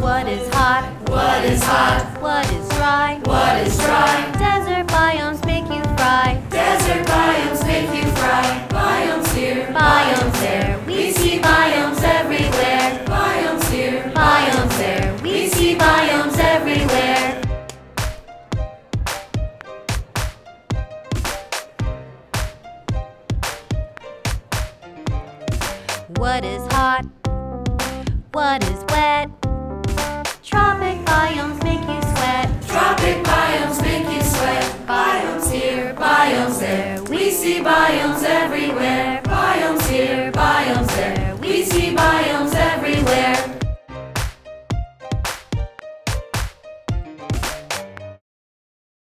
What is hot? What is hot? What is dry? What is dry? Desert biomes make you fry. Desert biomes make you fry. Biomes here, Biomes there, we see biomes everywhere. biomes here. Biomes there, we see biomes everywhere. What is hot? What is wet? Tropic biomes make you sweat. Tropic biomes make you sweat. Biomes here, biomes there. We see biomes everywhere. Biomes here, biomes there. We see biomes